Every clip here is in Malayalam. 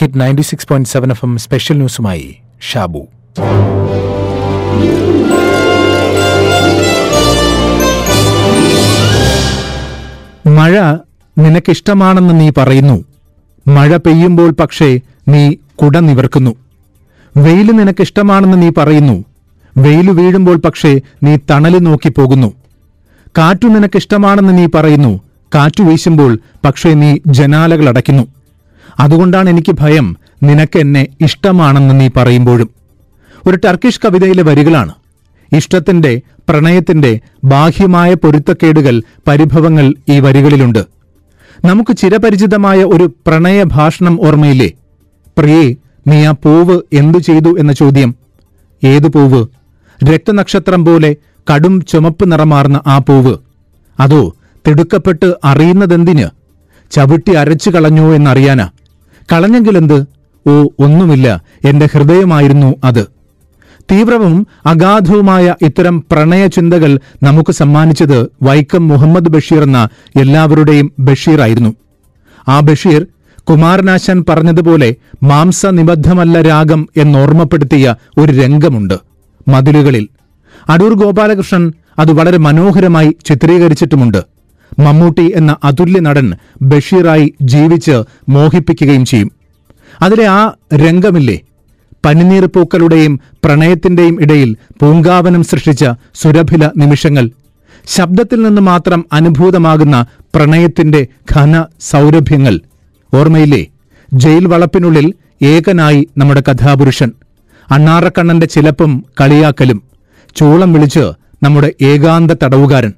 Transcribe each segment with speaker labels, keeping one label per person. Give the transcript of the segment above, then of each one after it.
Speaker 1: hit ninety six point seven F M special ന്യൂസുമായി ഷാബു
Speaker 2: മഴ നിനക്കിഷ്ടമാണെന്ന് നീ പറയുന്നു മഴ പെയ്യുമ്പോൾ പക്ഷേ നീ കുട നിവർക്കുന്നു വെയിൽ നിനക്കിഷ്ടമാണെന്ന് നീ പറയുന്നു വെയിൽ വീഴുമ്പോൾ പക്ഷേ നീ തണല് നോക്കി പോകുന്നു കാറ്റു നിനക്കിഷ്ടമാണെന്ന് നീ പറയുന്നു കാറ്റു വീശുമ്പോൾ പക്ഷേ നീ ജനാലകൾ അടയ്ക്കുന്നു അതുകൊണ്ടാണ് എനിക്ക് ഭയം നിനക്ക് എന്നെ ഇഷ്ടമാണെന്ന് നീ പറയുമ്പോഴും ഒരു ടർക്കിഷ് കവിതയിലെ വരികളാണ് ഇഷ്ടത്തിന്റെ പ്രണയത്തിന്റെ ബാഹ്യമായ പൊരുത്തക്കേടുകൾ പരിഭവങ്ങൾ ഈ വരികളിലുണ്ട് നമുക്ക് ചിരപരിചിതമായ ഒരു പ്രണയ ഭാഷണം ഓർമ്മയില്ലേ പ്രിയേ നീ ആ പൂവ് എന്തു ചെയ്തു എന്ന ചോദ്യം ഏതു പൂവ് രക്തനക്ഷത്രം പോലെ കടും ചുമപ്പ് നിറമാർന്ന ആ പൂവ് അതോ തിടുക്കപ്പെട്ട് അറിയുന്നതെന്തിന് ചവിട്ടി അരച്ചു കളഞ്ഞോ എന്നറിയാനാ കളഞ്ഞെങ്കിലെന്ത് ഓ ഒന്നുമില്ല എന്റെ ഹൃദയമായിരുന്നു അത് തീവ്രവും അഗാധവുമായ ഇത്തരം പ്രണയ ചിന്തകൾ നമുക്ക് സമ്മാനിച്ചത് വൈക്കം മുഹമ്മദ് ബഷീർ എന്ന എല്ലാവരുടെയും ബഷീറായിരുന്നു ആ ബഷീർ കുമാരനാശാൻ പറഞ്ഞതുപോലെ മാംസനിബദ്ധമല്ല രാഗം എന്നോർമ്മപ്പെടുത്തിയ ഒരു രംഗമുണ്ട് മതിലുകളിൽ അടൂർ ഗോപാലകൃഷ്ണൻ അത് വളരെ മനോഹരമായി ചിത്രീകരിച്ചിട്ടുമുണ്ട് മമ്മൂട്ടി എന്ന അതുല്യ നടൻ ബഷീറായി ജീവിച്ച് മോഹിപ്പിക്കുകയും ചെയ്യും അതിലെ ആ രംഗമില്ലേ പനിനീർ പൂക്കളുടെയും പ്രണയത്തിന്റെയും ഇടയിൽ പൂങ്കാവനം സൃഷ്ടിച്ച സുരഭില നിമിഷങ്ങൾ ശബ്ദത്തിൽ നിന്ന് മാത്രം അനുഭൂതമാകുന്ന പ്രണയത്തിന്റെ ഘന സൗരഭ്യങ്ങൾ ഓർമ്മയില്ലേ ജയിൽ വളപ്പിനുള്ളിൽ ഏകനായി നമ്മുടെ കഥാപുരുഷൻ അണ്ണാറക്കണ്ണന്റെ ചിലപ്പും കളിയാക്കലും ചൂളം വിളിച്ച് നമ്മുടെ ഏകാന്ത തടവുകാരൻ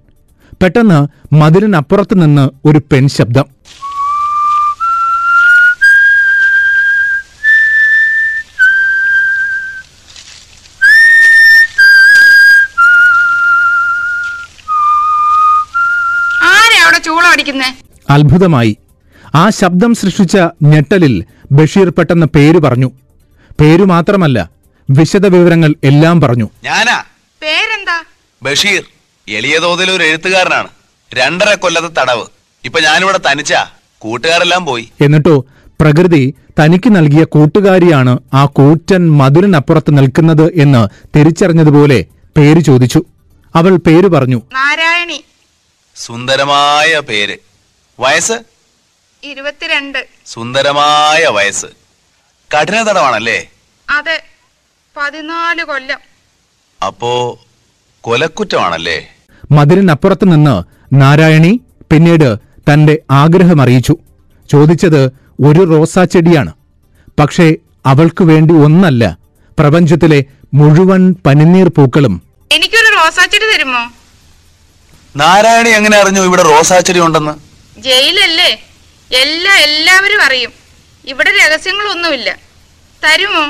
Speaker 2: പെട്ടെന്ന് മതിലിനപ്പുറത്ത് നിന്ന് ഒരു പെൺശബ്ദം
Speaker 3: ആരാ അവിടെ ചൂളം അടിക്കുന്നേ
Speaker 2: അത്ഭുതമായി ആ ശബ്ദം സൃഷ്ടിച്ച ഞെട്ടലിൽ ബഷീർ പെട്ടെന്ന് പേര് പറഞ്ഞു പേരു മാത്രമല്ല വിശദ വിവരങ്ങൾ എല്ലാം പറഞ്ഞു
Speaker 4: ഞാനാ
Speaker 3: പേരെന്താ
Speaker 4: ബഷീർ എളിയ തോതിൽ ഒരു എഴുത്തുകാരനാണ് രണ്ടര കൊല്ലത്തെ തടവ് ഇപ്പൊ ഞാനിവിടെ തനിച്ചാ കൂട്ടുകാരെല്ലാം പോയി
Speaker 2: എന്നിട്ടോ പ്രകൃതി തനിക്ക് നൽകിയ കൂട്ടുകാരിയാണ് ആ കൂറ്റൻ മധുരനപ്പുറത്ത് നിൽക്കുന്നത് എന്ന് തിരിച്ചറിഞ്ഞതുപോലെ പേര് ചോദിച്ചു അവൾ പേര് പറഞ്ഞു
Speaker 3: നാരായണി
Speaker 4: സുന്ദരമായ പേര് വയസ്സ്
Speaker 3: ഇരുപത്തിരണ്ട്
Speaker 4: സുന്ദരമായ വയസ്സ് കഠിന തടവാണല്ലേ
Speaker 3: അതെ പതിനാല് കൊല്ലം
Speaker 4: അപ്പോ കൊലക്കുറ്റമാണല്ലേ
Speaker 2: മതിലിനപ്പുറത്ത് നിന്ന് നാരായണി പിന്നീട് തന്റെ ആഗ്രഹമറിയിച്ചു ചോദിച്ചത് ഒരു റോസാച്ചെടിയാണ് പക്ഷേ അവൾക്കു വേണ്ടി ഒന്നല്ല പ്രപഞ്ചത്തിലെ മുഴുവൻ പനിനീർ പൂക്കളും
Speaker 3: എനിക്കൊരു റോസാച്ചെടി തരുമോ
Speaker 4: നാരായണി എങ്ങനെ അറിഞ്ഞു ഇവിടെ റോസാച്ചെടി ഉണ്ടെന്ന്
Speaker 3: ജയിലല്ലേ എല്ലാ എല്ലാവരും അറിയും ഇവിടെ രഹസ്യങ്ങളൊന്നുമില്ല തരുമോ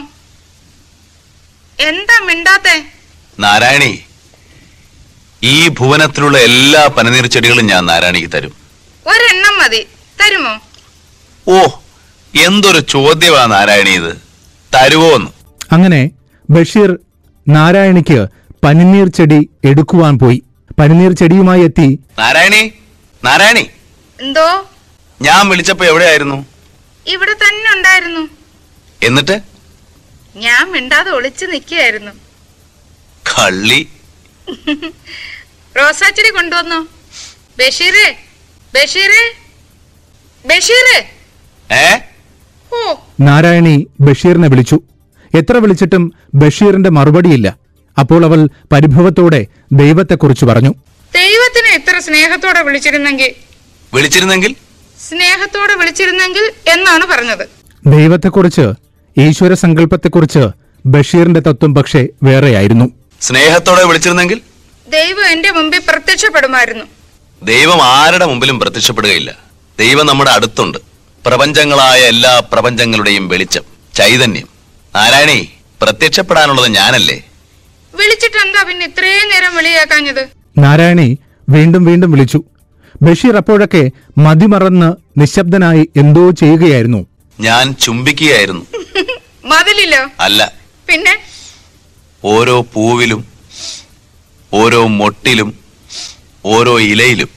Speaker 3: എന്താ മിണ്ടാത്തെ
Speaker 4: നാരായണി ഈ ഭുവനത്തിലുള്ള എല്ലാ പനിനീർ ചെടികളും ഞാൻ നാരായണിക്ക് തരും
Speaker 3: ഒരെണ്ണം മതി തരുമോ
Speaker 4: ഓ എന്തൊരു ചോദ്യമാ നാരായണി ഇത് തരുവോ എന്ന്
Speaker 2: അങ്ങനെ ബഷീർ നാരായണിക്ക് പനിനീർ ചെടി എടുക്കുവാൻ പോയി പനിനീർ ചെടിയുമായി എത്തി
Speaker 4: നാരായണി നാരായണി
Speaker 3: എന്തോ
Speaker 4: ഞാൻ വിളിച്ചപ്പോ എവിടെയായിരുന്നു
Speaker 3: ഇവിടെ തന്നെ ഉണ്ടായിരുന്നു
Speaker 4: എന്നിട്ട്
Speaker 3: ഞാൻ മിണ്ടാതെ ഒളിച്ചു നിൽക്കുകയായിരുന്നു
Speaker 4: കള്ളി
Speaker 3: റോസാച്ചെടി കൊണ്ടുവന്നോ ബഷീറേ ബഷീറേ ബഷീറേ
Speaker 4: ഏ
Speaker 3: ഓ
Speaker 2: നാരായണി ബഷീറിനെ വിളിച്ചു എത്ര വിളിച്ചിട്ടും ബഷീറിന്റെ മറുപടിയില്ല അപ്പോൾ അവൾ പരിഭവത്തോടെ ദൈവത്തെക്കുറിച്ച് പറഞ്ഞു
Speaker 3: ദൈവത്തിന് ഇത്ര സ്നേഹത്തോടെ വിളിച്ചിരുന്നെങ്കിൽ
Speaker 4: വിളിച്ചിരുന്നെങ്കിൽ
Speaker 3: സ്നേഹത്തോടെ വിളിച്ചിരുന്നെങ്കിൽ എന്നാണ് പറഞ്ഞത്
Speaker 2: ദൈവത്തെക്കുറിച്ച് ഈശ്വര സങ്കല്പത്തെക്കുറിച്ച് ബഷീറിന്റെ തത്വം പക്ഷേ വേറെയായിരുന്നു
Speaker 4: സ്നേഹത്തോടെ വിളിച്ചിരുന്നെങ്കിൽ
Speaker 3: ദൈവം എന്റെ മുമ്പിൽ പ്രത്യക്ഷപ്പെടുമായിരുന്നു
Speaker 4: ദൈവം ആരുടെ മുമ്പിലും പ്രത്യക്ഷപ്പെടുകയില്ല ദൈവം നമ്മുടെ അടുത്തുണ്ട് പ്രപഞ്ചങ്ങളായ എല്ലാ പ്രപഞ്ചങ്ങളുടെയും വെളിച്ചം ചൈതന്യം നാരായണി പ്രത്യക്ഷപ്പെടാനുള്ളത് ഞാനല്ലേ
Speaker 3: വിളിച്ചിട്ട് എന്താ പിന്നെ ഇത്രയും നേരം വിളിയാക്കാഞ്ഞത്
Speaker 2: നാരായണി വീണ്ടും വീണ്ടും വിളിച്ചു ബഷീർ അപ്പോഴൊക്കെ മതിമറന്ന് നിശബ്ദനായി എന്തോ ചെയ്യുകയായിരുന്നു
Speaker 4: ഞാൻ ചുംബിക്കുകയായിരുന്നു
Speaker 3: മതിലില്ലോ
Speaker 4: അല്ല
Speaker 3: പിന്നെ
Speaker 4: ഓരോ പൂവിലും ഓരോ മൊട്ടിലും ഓരോ ഇലയിലും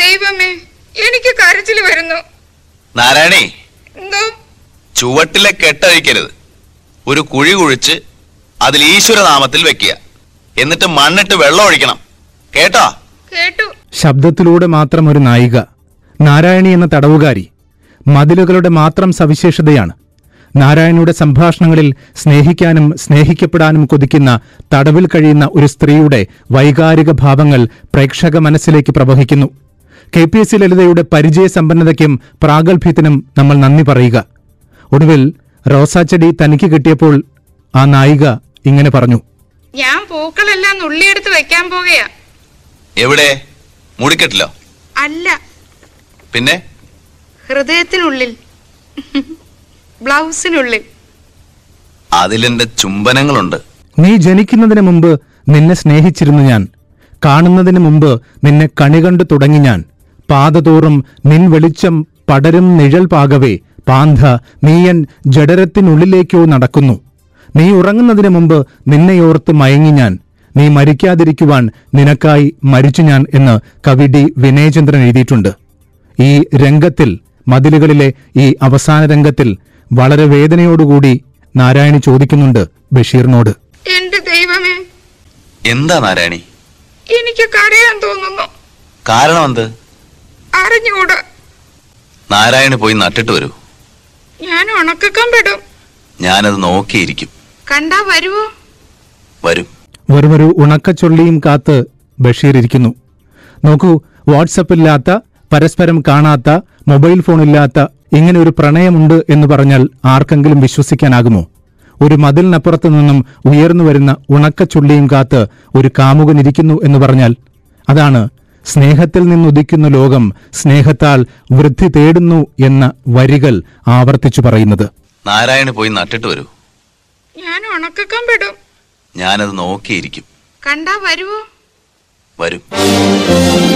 Speaker 3: ദൈവമേ എനിക്ക് കരച്ചിൽ വരുന്നു
Speaker 4: നാരായണി
Speaker 3: എന്തോ
Speaker 4: ചുവട്ടിലെ കെട്ടഴിക്കരുത് ഒരു കുഴി കുഴിച്ച് അതിൽ ഈശ്വരനാമത്തിൽ വെക്കുക എന്നിട്ട് മണ്ണിട്ട് വെള്ളം ഒഴിക്കണം കേട്ടോ
Speaker 3: കേട്ടു
Speaker 2: ശബ്ദത്തിലൂടെ മാത്രം ഒരു നായിക നാരായണി എന്ന തടവുകാരി മതിലുകളുടെ മാത്രം സവിശേഷതയാണ് നാരായണിയുടെ സംഭാഷണങ്ങളിൽ സ്നേഹിക്കാനും സ്നേഹിക്കപ്പെടാനും കൊതിക്കുന്ന തടവിൽ കഴിയുന്ന ഒരു സ്ത്രീയുടെ വൈകാരിക ഭാവങ്ങൾ പ്രേക്ഷക മനസ്സിലേക്ക് പ്രവഹിക്കുന്നു കെ പി എസ് സി ലളിതയുടെ പരിചയസമ്പന്നതയ്ക്കും പ്രാഗൽഭ്യത്തിനും നമ്മൾ നന്ദി പറയുക ഒടുവിൽ റോസാച്ചെടി തനിക്ക് കിട്ടിയപ്പോൾ ആ നായിക ഇങ്ങനെ പറഞ്ഞു
Speaker 3: ഞാൻ പൂക്കളെല്ലാം നുള്ളിയെടുത്ത് വെക്കാൻ പോകുകയാ
Speaker 4: എവിടെ മുടിക്കെട്ടിലോ
Speaker 3: അല്ല
Speaker 4: പിന്നെ
Speaker 3: ഹൃദയത്തിനുള്ളിൽ ബ്ലൗസിനുള്ളിൽ
Speaker 4: അതിലെന്റെ ചുംബനങ്ങളുണ്ട്
Speaker 2: നീ ജനിക്കുന്നതിന് മുമ്പ് നിന്നെ സ്നേഹിച്ചിരുന്നു ഞാൻ കാണുന്നതിന് മുമ്പ് നിന്നെ കണികണ്ടു തുടങ്ങി ഞാൻ പാതതോറും നിൻ വെളിച്ചം പടരും നിഴൽ പാകവേ പാന്ത നീയൻ ജഡരത്തിനുള്ളിലേക്കോ നടക്കുന്നു നീ ഉറങ്ങുന്നതിന് മുമ്പ് നിന്നെയോർത്ത് മയങ്ങി ഞാൻ നീ മരിക്കാതിരിക്കുവാൻ നിനക്കായി മരിച്ചു ഞാൻ എന്ന് കവി ഡി വിനയചന്ദ്രൻ എഴുതിയിട്ടുണ്ട് ഈ രംഗത്തിൽ മതിലുകളിലെ ഈ അവസാന രംഗത്തിൽ വളരെ വേദനയോടുകൂടി നാരായണി ചോദിക്കുന്നുണ്ട് ബഷീറിനോട്
Speaker 3: എന്റെ ദൈവമേ
Speaker 4: എന്താ നാരായണി
Speaker 3: എനിക്ക് കരയാൻ തോന്നുന്നു
Speaker 4: കാരണം എന്ത്
Speaker 3: അറിഞ്ഞുകൂടാ
Speaker 4: നാരായണി പോയി നട്ടിട്ട് വരൂ
Speaker 3: ഞാൻ ഉണക്കം പെടും
Speaker 4: ഞാനത് നോക്കിയിരിക്കും
Speaker 3: കണ്ടാ വരുവോ
Speaker 4: വരും
Speaker 2: വെറുമൊരു ഉണക്കച്ചൊള്ളിയും കാത്ത് ബഷീർ ഇരിക്കുന്നു നോക്കൂ വാട്സപ്പ് ഇല്ലാത്ത പരസ്പരം കാണാത്ത മൊബൈൽ ഫോണില്ലാത്ത ഇങ്ങനെ ഒരു പ്രണയമുണ്ട് എന്ന് പറഞ്ഞാൽ ആർക്കെങ്കിലും വിശ്വസിക്കാനാകുമോ ഒരു മതിലിനപ്പുറത്തു നിന്നും ഉയർന്നു വരുന്ന ഉണക്കച്ചുള്ളിയും കാത്ത് ഒരു കാമുകനിരിക്കുന്നു എന്ന് പറഞ്ഞാൽ അതാണ് സ്നേഹത്തിൽ നിന്നുദിക്കുന്ന ലോകം സ്നേഹത്താൽ വൃദ്ധി തേടുന്നു എന്ന വരികൾ ആവർത്തിച്ചു പറയുന്നത്
Speaker 4: നാരായണി പോയി നട്ടിട്ട് വരൂ
Speaker 3: ഞാൻ ഉണക്കം പെടും
Speaker 4: ഞാനത് നോക്കിയിരിക്കും
Speaker 3: കണ്ടാ വരുവോ
Speaker 4: വരും